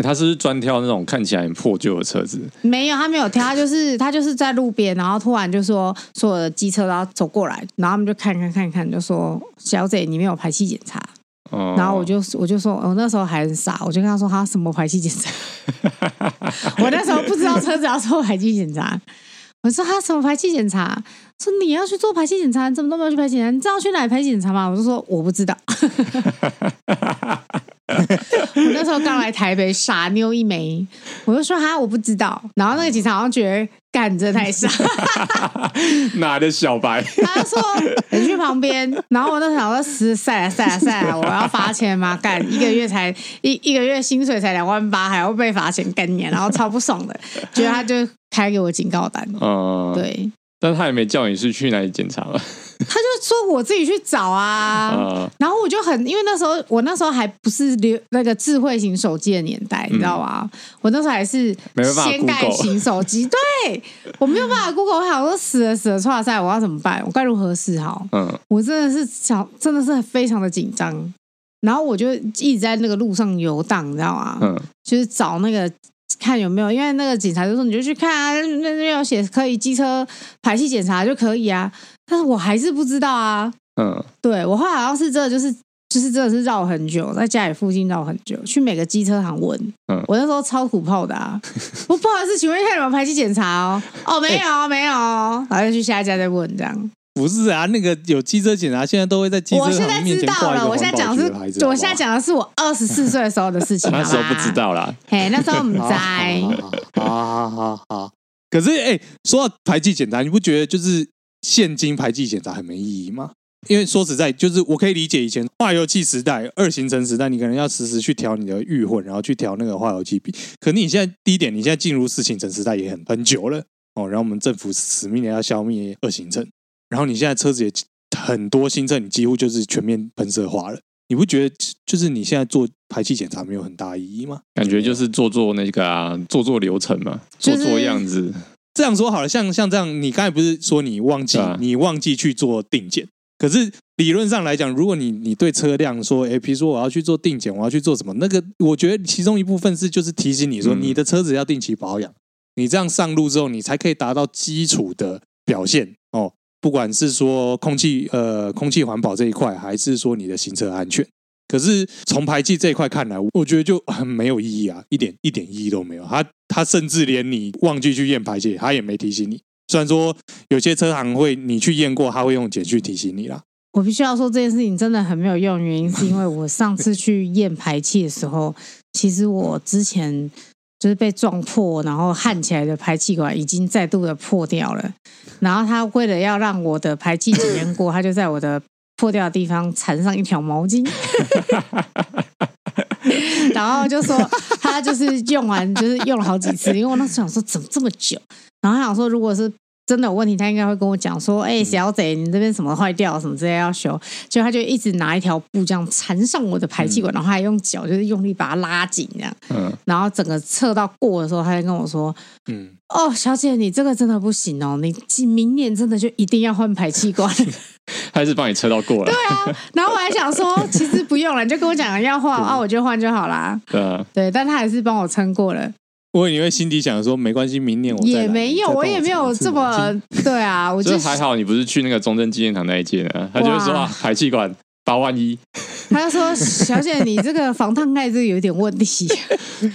B: 他是不是专挑那种看起来很破旧的车子，
C: 没有，他没有挑，他就是 他就是在路边，然后突然就说所有的机车都要走过来，然后他们就看看看看，就说小姐你没有排气检查，
B: 哦，
C: 然后我就我就说我那时候还很傻，我就跟他说他什么排气检查， 我那时候不知道车子要做排气检查，我说他什么排气检查，说你要去做排气检查，你怎么都没有去排气检查，你知道去哪里排气检查吗？我就说我不知道， 我那时候刚来台北，傻妞一枚，我就说哈我不知道，然后那个警察好像觉得干你真的太傻，
B: 哪来的小白？
C: 他就说你去旁边，然后我那时候想说实晒啊晒啊晒啊，我要罚钱吗？ 干一个月才一一个月薪水才两万八，还要被罚钱干你啊，然后超不爽的，觉得他就开给我警告单。
B: 嗯，，
C: 对，
B: 但他也没叫你是去哪里检查吧？
C: 他就说我自己去找啊，
B: 啊，
C: 然后我就很，因为那时候我那时候还不是流那个智慧型手机的年代，你知道吗？我那时候还是
B: 嗯没办法
C: 掀盖
B: Google
C: 型手机，对我没有办法 Google，我想说死了死了，错了赛，我要怎么办？我该如何是好？
B: 嗯，
C: 我真的是想，真的是非常的紧张。然后我就一直在那个路上游荡，你知道吗？
B: 嗯，
C: 就是找那个看有没有，因为那个警察就说你就去看啊，那那有写可以机车排气检查就可以啊。但是我还是不知道啊。
B: 嗯，
C: 对我后来好像是真的就是就是真的是绕很久，在家里附近绕很久，去每个机车行问。
B: 嗯
C: 我那时候超土炮 的啊！我不好意思，请问一下你们排气检查哦？哦，没有，没有哦，然后就去下一家再问这样。
A: 不是啊，那个有机车检查，现在都会在机车
C: 我现在
A: 行面
C: 知
A: 前
C: 道
A: 挂一
C: 了，
A: 个
C: 我现在讲的
A: 环保局的牌子
C: 是，我现在，讲的是我二十四岁的时候的 事 情，
B: 那时候
C: 好
B: 不
C: 吧
B: 知，道啦，
C: 嘿，那时候我们
A: 好不好
C: 在，
A: 好好好好好。可是哎、说到排气检查，你不觉得就是现今排气检查很没意义吗？因为说实在，就是我可以理解以前化油器时代、二行程时代，你可能要实时去调你的预混，然后去调那个化油器比。可你现在第一点，你现在进入四行程时代也很很久了哦。然后我们政府死命的要消灭二行程，然后你现在车子也很多新车，你几乎就是全面喷射化了。你不觉得就是你现在做排气检查没有很大意义吗？
B: 感觉就是做做那个啊，做做流程嘛，
C: 就
B: 做
C: 是
B: 做样子，
A: 这样说好了，像像这样，你刚才不是说你忘记、
B: 对啊
A: 你忘记去做定检？可是理论上来讲，如果你你对车辆说，诶，比如说我要去做定检，我要去做什么？那个我觉得其中一部分是就是提醒你说，
B: 嗯
A: 你的车子要定期保养，你这样上路之后，你才可以达到基础的表现哦。不管是说空气呃空气环保这一块，还是说你的行车安全。可是从排气这一块看来，我觉得就很没有意义啊，一点一点意义都没有。他他甚至连你忘记去验排气，他也没提醒你。虽然说有些车行会你去验过，他会用简讯提醒你啦。
C: 我必须要说这件事情真的很没有用，原因是因为我上次去验排气的时候，其实我之前就是被撞破，然后焊起来的排气管已经再度的破掉了。然后他为了要让我的排气体验过，他就在我的破掉的地方缠上一条毛巾，然后就说他就是用完就是用了好几次，因为我那时候想说怎么这么久，然后他想说如果是。真的有问题，他应该会跟我讲说：“哎、小姐，你这边什么坏掉，什么之类要修。”就他就一直拿一条布这样缠上我的排气管，然后还用脚就是用力把它拉紧这样，
B: 嗯，
C: 然后整个测到过的时候，他就跟我说：“
A: 嗯，
C: 哦，小姐，你这个真的不行哦，你今明年真的就一定要换排气管。
B: 还是帮你测到过了，”
C: 然后我还想说，其实不用了，你就跟我讲要换啊，我就换就好啦。
B: 对啊，
C: 对，但他还是帮我撑过了，
A: 我以为你会心底想说没关系，明年我再来
C: 也没有，我也没有这。
A: 你再帮我
C: 么
A: 查一次
C: 对啊，我
B: 所
C: 就
B: 以还好你不是去那个中正纪念堂那一间啊，他就会说
C: 哇
B: 啊，排气管八万一，
C: 他就说：“小姐，你这个防烫盖这个有点问题，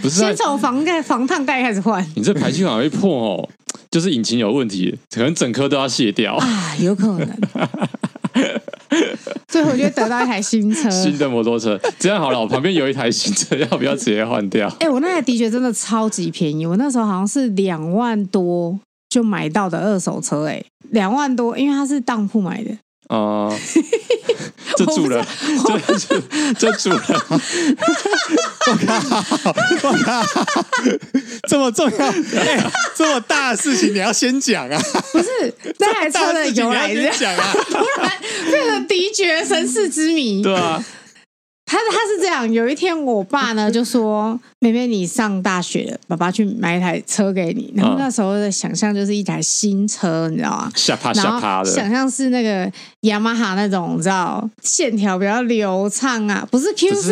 B: 不是啊
C: 先，从防盖防烫盖开始换
B: 你这排气管会破哦，就是引擎有问题，可能整颗都要卸掉，
C: 啊，有可能。” 最后我就得到一台新车，
B: 新的摩托车，这样好了，我旁边有一台新车，要不要直接换掉？
C: 哎、我那台的确真的超级便宜，我那时候好像是两万多就买到的二手车、哎，两万多，因为它是当铺买的，
B: 啊、 这主人，这主这主人，
A: 这么重 要，哎，这么大的事情你要先讲啊！
C: 不是那台 车
A: 大
C: 的
A: 事情
C: 由
A: 你要
C: 来是
A: 先讲啊！
C: 变成敌爵神世之谜。
B: 对啊，
C: 他他是这样，有一天我爸呢就说：“妹妹，你上大学了，爸爸去买一台车给你。”然后
B: 嗯
C: 那时候的想象就是一台新车，你知道吗？
B: 吓趴啊
C: 然
B: 吓
C: 后
B: 趴
C: 想
B: 的，
C: 象是那个雅马哈那种，你知道线条比较流畅啊，不是 QC，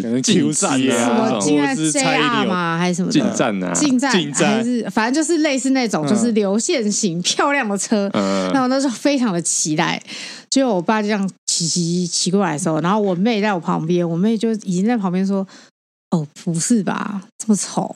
B: 只是进站
A: 可能 QC
C: 什
A: 啊
B: 啊，
C: 么
A: 进
B: 这种
C: 进来
A: 我是猜一定
C: JR
A: 有
C: 吗？还是什么
B: 进
C: 的？
B: 站啊，
C: 进站
A: 进站
C: 还是反正就是类似那种，
B: 嗯
C: 就是流线型漂亮的车。那
B: 嗯，
C: 我那时候非常的期待，结果我爸就这样骑骑骑过来的时候，然后我妹在我旁边，我妹就已经在旁边说：“哦，不是吧，这么丑。”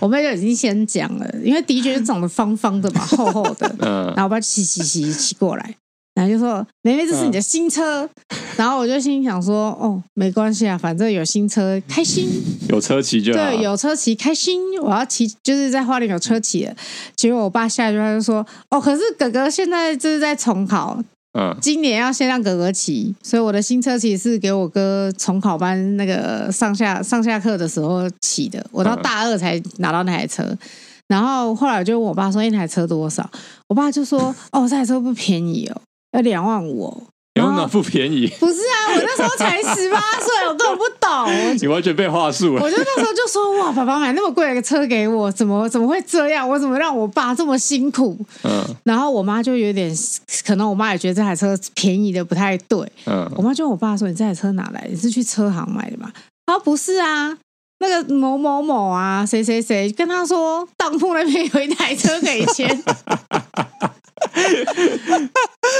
C: 我妹就已经先讲了，因为的确是长得方方的嘛，厚厚的。
B: 嗯
C: 然，后我爸骑骑骑骑过来，然后就说：“妹妹，这是你的新车。然后我就心里想说：“哦，没关系啊，反正有新车，开心。
B: 有车骑就好，
C: 对，有车骑开心。我要骑，就是在花莲有车骑了。结果我爸下一句话就说：“哦，可是哥哥现在就是在重考，
B: 嗯，
C: 今年要先让哥哥骑，所以我的新车其实是给我哥重考班那个上下上下课的时候骑的，我到嗯大二才拿到那台车。然后后来我就问我爸说：“哎那台车多少？”我爸就说：“哦，这台车不便宜哦，要两万五哦。
B: 有哪不便宜？”
C: 不是啊，我那时候才十八岁，我根本不懂。
B: 你完全被话术啊
C: 我
B: 了，
C: 我就那时候就说：“哇，爸爸买那么贵的车给我，怎么怎么会这样？我怎么让我爸这么辛苦？”
B: 嗯
C: 然后我妈就有点，可能我妈也觉得这台车便宜的不太对，我
B: 嗯，
C: 妈就问我爸说：“你这台车哪来？你是去车行买的吗？”他说：“不是啊，那个某某某啊，谁谁谁跟他说当铺那边有一台车可以签。”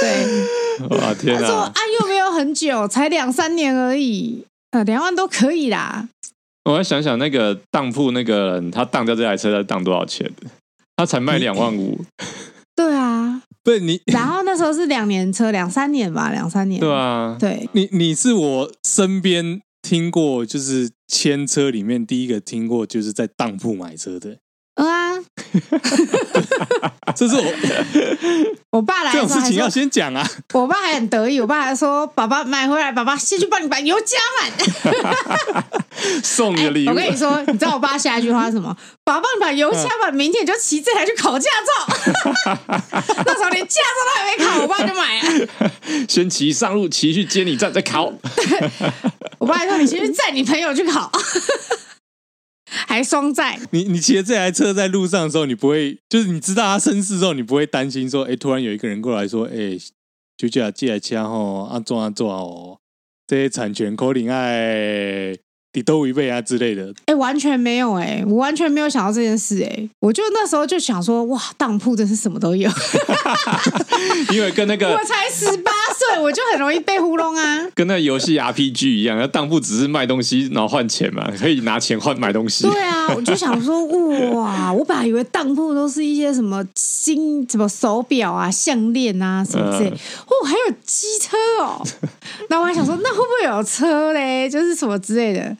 C: 对，
B: 哇天
C: 他说：“
B: 啊
C: 啊，！又没有很久，才两三年而已，呃，两万都可以啦。
B: 我要想想那个当铺那个人，他当掉这台车，他当多少钱？他才卖两万五，”
C: 对啊，
A: 不是你，
C: 然后那时候是两年车，两三年吧，两三年。
B: 对啊，
C: 对，
A: 你你是我身边听过就是牵车里面第一个听过就是在当铺买车的，
C: 嗯啊，
A: 这是 我
C: 我爸来
A: 这
C: 的时
A: 种
C: 候
A: 事
C: 还
A: 情要
C: 说，
A: 先讲啊！
C: 我爸还很得意，我爸还说：“爸爸买回来，爸爸先去帮你把油加满。”
B: 送你的礼物
C: 哎我，跟你说，你知道我爸下一句话是什么？爸爸，你把油箱吧，明天你就骑这台去考驾照。 那时候连驾照都还没考，我爸就买了。
B: 先骑上路，骑去接你站再 考。
C: 我爸还说：“你先去载你朋友去考， 还双载。
A: 你你骑着这台车在路上的时候，你不会就是你知道他身世之后，你不会担心说，哎、突然有一个人过来说，哎、就这样借来车吼，啊做啊做啊哦，这些产权口令爱你都违背啊之类的，”
C: 哎，完全没有哎、我完全没有想到这件事哎、我就那时候就想说，哇，当铺真是什么都有。
B: 因为跟那个
C: 我才十八岁，我就很容易被糊弄啊。
B: 跟那个游戏 RPG 一样，那当铺只是卖东西，然后换钱嘛，可以拿钱换买东西。
C: 对啊，我就想 说，哇，我本来以为当铺都是一些什么金、什么手表啊、项链啊什么之类，
B: 嗯
C: 哦，还有 机车哦。那我还想说，那会不会有车嘞？就是什么之类的。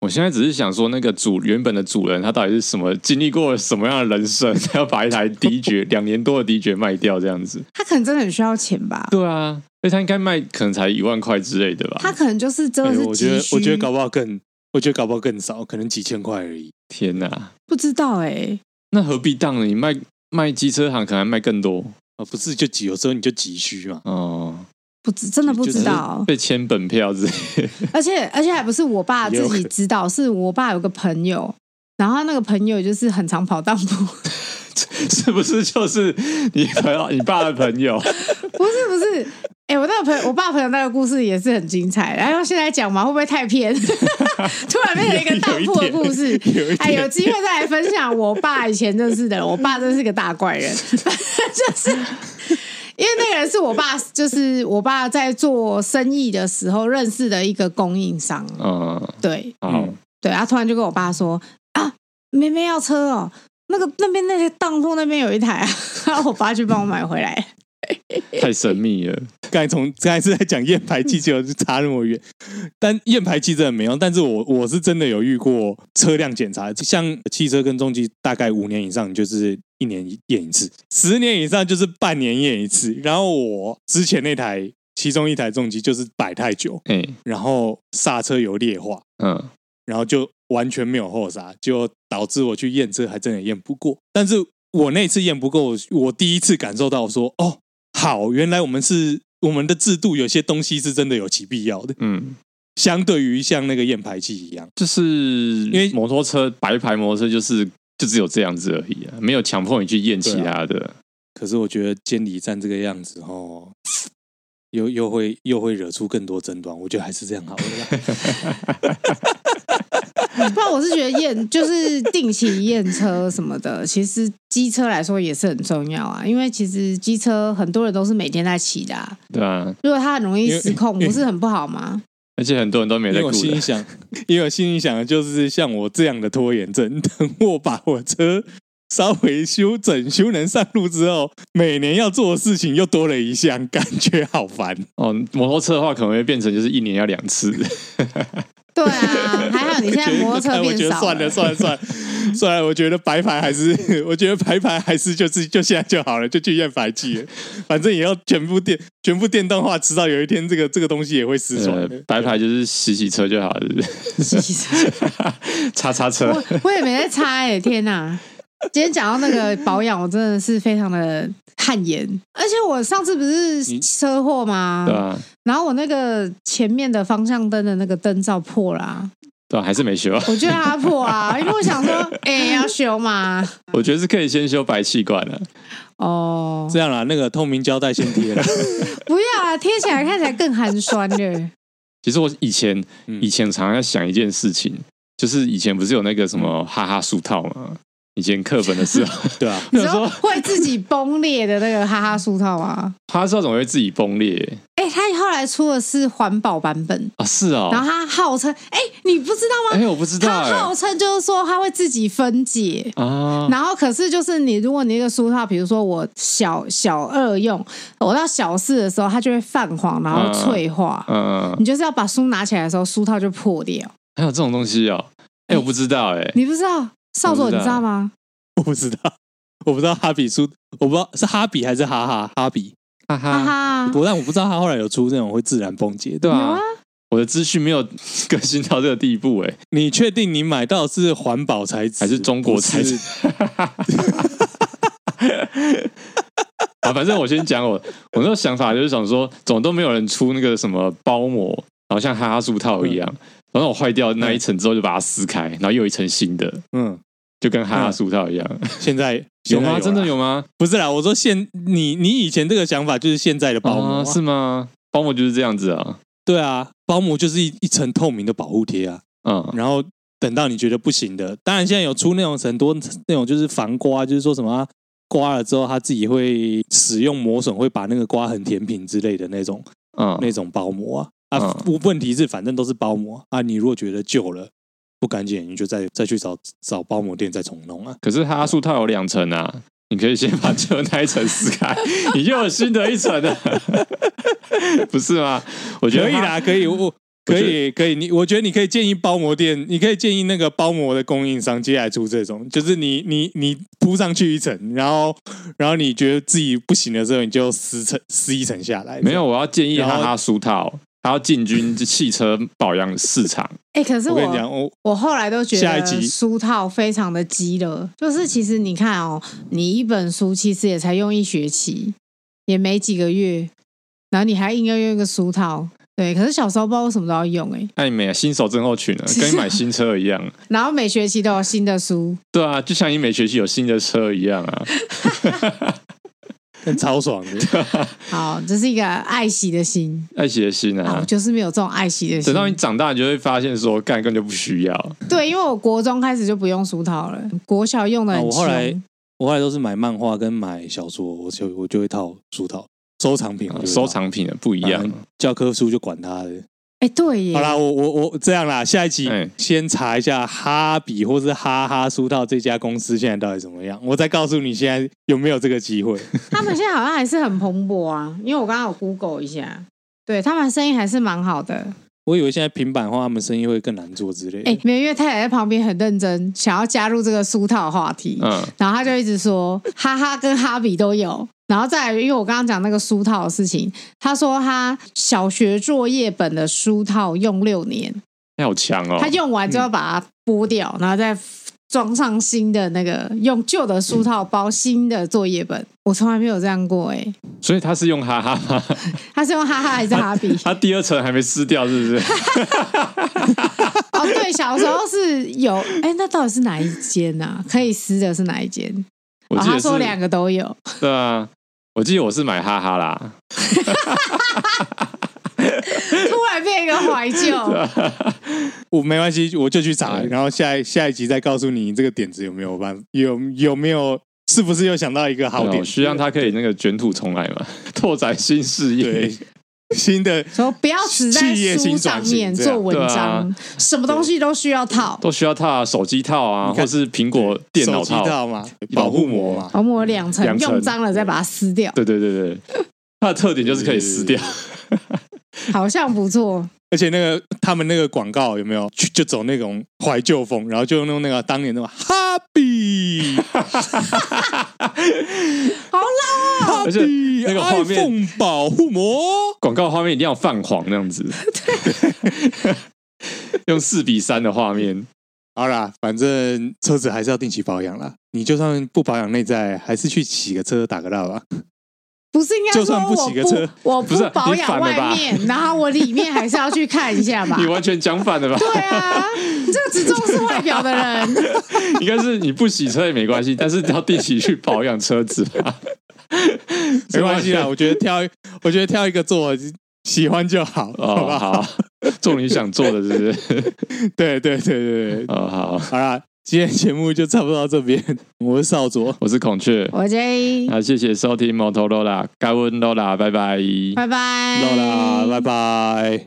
B: 我现在只是想说，那个主原本的主人他到底是什么经历过了什么样的人生， 才要把一台迪爵两年多的迪爵卖掉这样子？
C: 他可能真的很需要钱吧？
B: 对啊，所以他应该卖可能才一万块之类的吧？
C: 他可能就是真的
A: 哎
C: 是
A: 我觉
C: 急
A: 得
C: 需，
A: 我觉得搞不好更，我觉得搞不好更少，可能几千块而已。
B: 天哪，
C: 不知道哎、
B: 那何必当呢？你卖卖机车行可能还卖更多
A: 啊，不是就急，有时候你就急需嘛。
B: 哦，
C: 不知真的不
A: 就是
C: 知道，
B: 被签本票之类的。
C: 而且而且还不是我爸
A: 也有
C: 自
A: 可
C: 己
A: 能
C: 知道，是我爸有个朋友，然后他那个朋友就是很常跑当铺，
B: 是不是就是你朋友、你爸的朋 友？
C: 哎不是不是，哎、我那个朋友，我爸朋友那个故事也是很精彩。然后现在讲嘛，会不会太偏？ 突然变成一个当铺的故事
A: 有一点有一点。
C: 哎，有机会再来分享我爸以前认识的人。我爸真是个大怪人， 就是因为那个人是我爸，就是我爸在做生意的时候认识的一个供应商。
B: 嗯，
C: 对，
B: 好，
C: 对，他突然就跟我爸说：“啊，妹妹要车哦，那个那边那些当铺那边有一台啊。”然后我爸去帮我买回来。
B: 太神秘了。
A: 刚才从刚才是在讲验排气，结果就差那么远。但验排气真的没用，但是我我是真的有遇过车辆检查，像汽车跟重机，大概五年以上就是一年验一次，十年以上就是半年验一次。然后我之前那台，其中一台重机就是摆太久，
B: 哎、
A: 然后刹车有劣化，
B: 嗯，
A: 然后就完全没有后刹，就导致我去验车还真的验不过。但是我那次验不过，我第一次感受到说，哦，好，原来我们是我们的制度有些东西是真的有其必要的，
B: 嗯，
A: 相对于像那个验排气一样，
B: 就是因
A: 为
B: 摩托车白牌摩托车就是就只有这样子而已啊，没有强迫你去验其他的。
A: 可是我觉得监理站这个样子哦。 又又会又会惹出更多争端，我觉得还是这样好了啦。
C: 不然我是觉得验就是定期验车什么的，其实机车来说也是很重要啊，因为其实机车很多人都是每天在骑的、啊，
B: 对啊，
C: 如果它很容易
A: 因为
C: 失控，
A: 因为
C: 不是很不好吗？
B: 而且很多人都没
A: 因
B: 在
A: 为
B: 顾
A: 我心
B: 的
A: 里。想， 因为我心里想的就是像我这样的拖延症， 等我把我车稍微修整、修能上路之后，每年要做的事情又多了一项，感觉好烦。
B: 哦，摩托车的话可能会变成就是一年要两次。
C: 对啊，还好你 现在摩托车
A: 我
C: 变
A: 觉得
C: 少
A: 算了算了算了，算了，我觉得白牌还是， 我觉得白牌还是就是就现在就好了，就去验白气了，反正也要全部电全部电动化，迟早有一天这个这个东西也会失传
B: 呃
A: 的。，
B: 白牌就是洗洗车就好了，
C: 骑车
B: 擦擦车。
C: 我我也没在猜、欸，天哪！今天讲到那个保养，我真的是非常的汗颜。而且我上次不是车祸吗
A: 嗯
B: 对？啊，
C: 然后我那个前面的方向灯的那个灯罩破啦、
B: 对啊，还是没修。
C: 我觉得它破啊，因为我 想说，哎、要修嘛。
B: 我觉得是可以先修白气啊管的、
C: 哦，
A: 这样啦，那个透明胶带先贴了。
C: 不要啊，贴起来看起来更寒酸 的。
B: 其实我以前
A: 嗯
B: 以前常常在想一件事情，就是以前不是有那个什
A: 嗯
B: 么哈哈书套吗？以前课本 的时候，
A: 对啊，
C: 你
B: 想
C: 说
B: 说
C: 会自己崩裂的那个哈哈书套吗？
B: 哈知道怎么会自己崩裂、
C: 哎、它后来出的是环保版本，
B: 啊？是哦，
C: 然后它号称，哎、你不知道吗？
B: 哎、我不知道
C: 他
B: 哎、
C: 号称就是说他会自己分解。
B: 啊，
C: 然后，可是就是你，如果你一个书套，比如说我小小二用，我到小四的时候，它就会泛黄，然后脆化。
B: 嗯，
C: 你就是要把书拿起来的时候，书套就破掉。
B: 还有这种东西哦，哎、我不知道哎、
C: 你不知道，少佐
B: 我不知
C: 你
B: 道
C: 知道吗？
A: 我不 知道，我不知道哈比出，我不知道是哈比还是哈哈哈比，
B: 哈
C: 哈
B: 哈，
C: 哈，
A: 啊不但我不知道他后来有出那种会自然崩解的。
B: 对
C: 有
B: 啊，
C: 啊
B: 我的资讯没有更新到这个地步哎、
A: 你确定你买到的是环保材质
B: 还是中国材？质
A: 不是？
B: 啊，反正我先 讲我我那个想法，就是想说，总都没有人出那个什么包膜，然后像哈哈书套一样，然后我坏掉那一层之后就把它撕开，然后又有一层新的，
A: 嗯，
B: 就跟哈哈书套一样。
A: 现在
B: 有
A: 现
B: 啊
A: 在
B: 吗？
A: 啦
B: 真的有吗？
A: 不是啦，我说现你你以前这个想法就是现在的保姆、
B: 啊，是吗？包膜就是这样子啊。
A: 对啊，保姆就是一一层透明的保护贴啊，
B: 嗯，
A: 然后等到你觉得不行的，当然现在有出那种很多那种就是防刮，就是说什么啊、刮了之后它自己会使用磨损，会把那个刮痕填平之类的那种。
B: 嗯，
A: 那种包膜啊。啊，
B: 嗯
A: 问题是反正都是包膜啊，你如果觉得旧了不干净，你就再再去找找包膜店再重弄啊。
B: 可是哈哈书套有两层啊，你可以先把旧的那一层撕开，啊 你又有新的一层的，不是吗？我觉得
A: 可以
B: 哈
A: 啦，可以，我可
B: 我觉
A: 以可以，你我觉得你可以建议包膜店，你可以建议那个包膜的供应商接下来出这种，就是你你你铺上去一层，然后然后你觉得自己不行的时候，你就撕层撕一层下来。
B: 没有，我要建议
A: 然
B: 哈
A: 后
B: 哈苏套，他要进军汽车保养市场。
C: 哎、可是
A: 这样，我
C: 我
A: 跟你讲，我
C: 我后来都觉
A: 下一
C: 得
A: 集
C: 书套非常的鸡了，就是其实你看哦，你一本书其实也才用一学期，也没几个月，然后你还硬要用一个书套，对。可是小时候不知道为什么都要用哎、
B: 爱美啊，新手症候群啊，
C: 是啊
B: 跟你买新车一样。
C: 然后每学期都有新的书，
B: 对啊，就像你每学期有新的车一样啊。
A: 很超爽的，
C: 好，这是一个爱惜的心
B: 爱惜的心
C: 啊，我
B: 啊，
C: 就是没有这种爱惜的心
B: 等。到你长大，你就会发现说，干根本就不需要。
C: 对，因为我国中开始就不用书套了，国小用的
A: 啊
C: 很
A: 我后来
C: 穷。
A: 我后来都是买漫画跟买小说，我就我就会套书套收藏品，我就会套
B: 收藏品的啊不一样
A: 反。正教科书就管它的。
C: 哎、对耶
A: 好，啦，我我我这样啦，下一集
B: 哎
A: 先查一下哈比或是哈哈书套这家公司现在到底怎么样，我再告诉你现在有没有这个机 会。
C: 他们现在好像还是很蓬勃啊，因为我刚刚有 Google 一下，对他们生意还是蛮好的。
A: 我以为现在平板化他们生意会更难做之类的。
C: 哎、没有，因为太太在旁边很认真，想要加入这个书套话题，
B: 嗯，
C: 然后他就一直说哈哈跟哈比都有。然后再来，因为我刚刚讲那个书套的事情，他说他小学作业本的书套用六年，
B: 那好强哦
C: 他。用完之后把它剥掉，然后再装上新的那个，用旧的
B: 嗯
C: 书套包新的作业本。我从来没有这样过哎、
B: 所以他是用哈哈吗？
C: 他是用哈哈还是哈比？
B: 他第二层还没撕掉，是不是？
C: 哦，对，小时候是有哎，那到底是哪一间呐、可以撕的是哪一间？
B: 我
C: 哦，
B: 记
C: 他
B: 得是
C: 说两个都有。
B: 对啊，我记得我是买哈哈啦。
C: 突然变一个 怀
B: 啊
C: 旧。
A: 我没关系，我就去查，
B: 对
A: 然后下一下一集再告诉你这个点子有没有办法，
B: 哎
A: 有有没有是不是又想到一个好
B: 对啊
A: 点
B: 我
A: 子？
B: 希望他可以那个卷土重来嘛，拓展新事业
A: 对。新的
C: 说不要只在
A: 企业
C: 书
A: 型
C: 上
A: 转型
C: 面
A: 这样
C: 做文
B: 对啊
C: 章，什么东西都需要套。
B: 都需要套啊手机套啊，
A: 你看
B: 或是苹果电脑
A: 手机
B: 套。
A: 嘛，
B: 保
A: 保
B: 护
A: 护
B: 膜
A: 膜嘛，
C: 我抹两层，
B: 两层
C: 用脏了再把它撕掉，
B: 对对对对，它的特点就是可以撕掉。
C: 好像不错。
A: 而且那个他们那个广告有没有就就走那种怀旧风，然后就用那个当年那种哈比
C: 好啦，
A: 哈
B: 而且
A: 比
B: 那个画面
A: iPhone 保护膜，
B: 广告画面一定要泛黄那样子，用四比三的画面，
A: 好啦，反正车子还是要定期保养啦。你就算不保养内在，还是去洗个车打个蜡 吧。
C: 不是应该
A: 就
C: 说
A: 算不
C: 我
A: 洗个车
C: 不我
B: 不是啊
C: 保
B: 你反了
C: 养
B: 吧
C: 外面，然后我里面还是要去看一下吧
B: 你。完全讲反了吧？
C: 对啊，你这个只重视外表的人，
B: 应该是你不洗车也没关系，但是要定期去保养车子吧。
A: 没关系啦，我觉得挑，我觉得挑一个做喜欢就好，好不
B: 哦，
A: 好？
B: 好， 做你想做的，是不是？
A: 对对对对对，
B: 哦，好，
A: 好啦，今天节目就差不多到这边。我是少佐，
B: 我是孔雀，
C: 我建议，
B: 那谢谢收听摩托罗拉，该问罗拉，拜拜。
C: 拜拜，
A: 到啦，拜拜。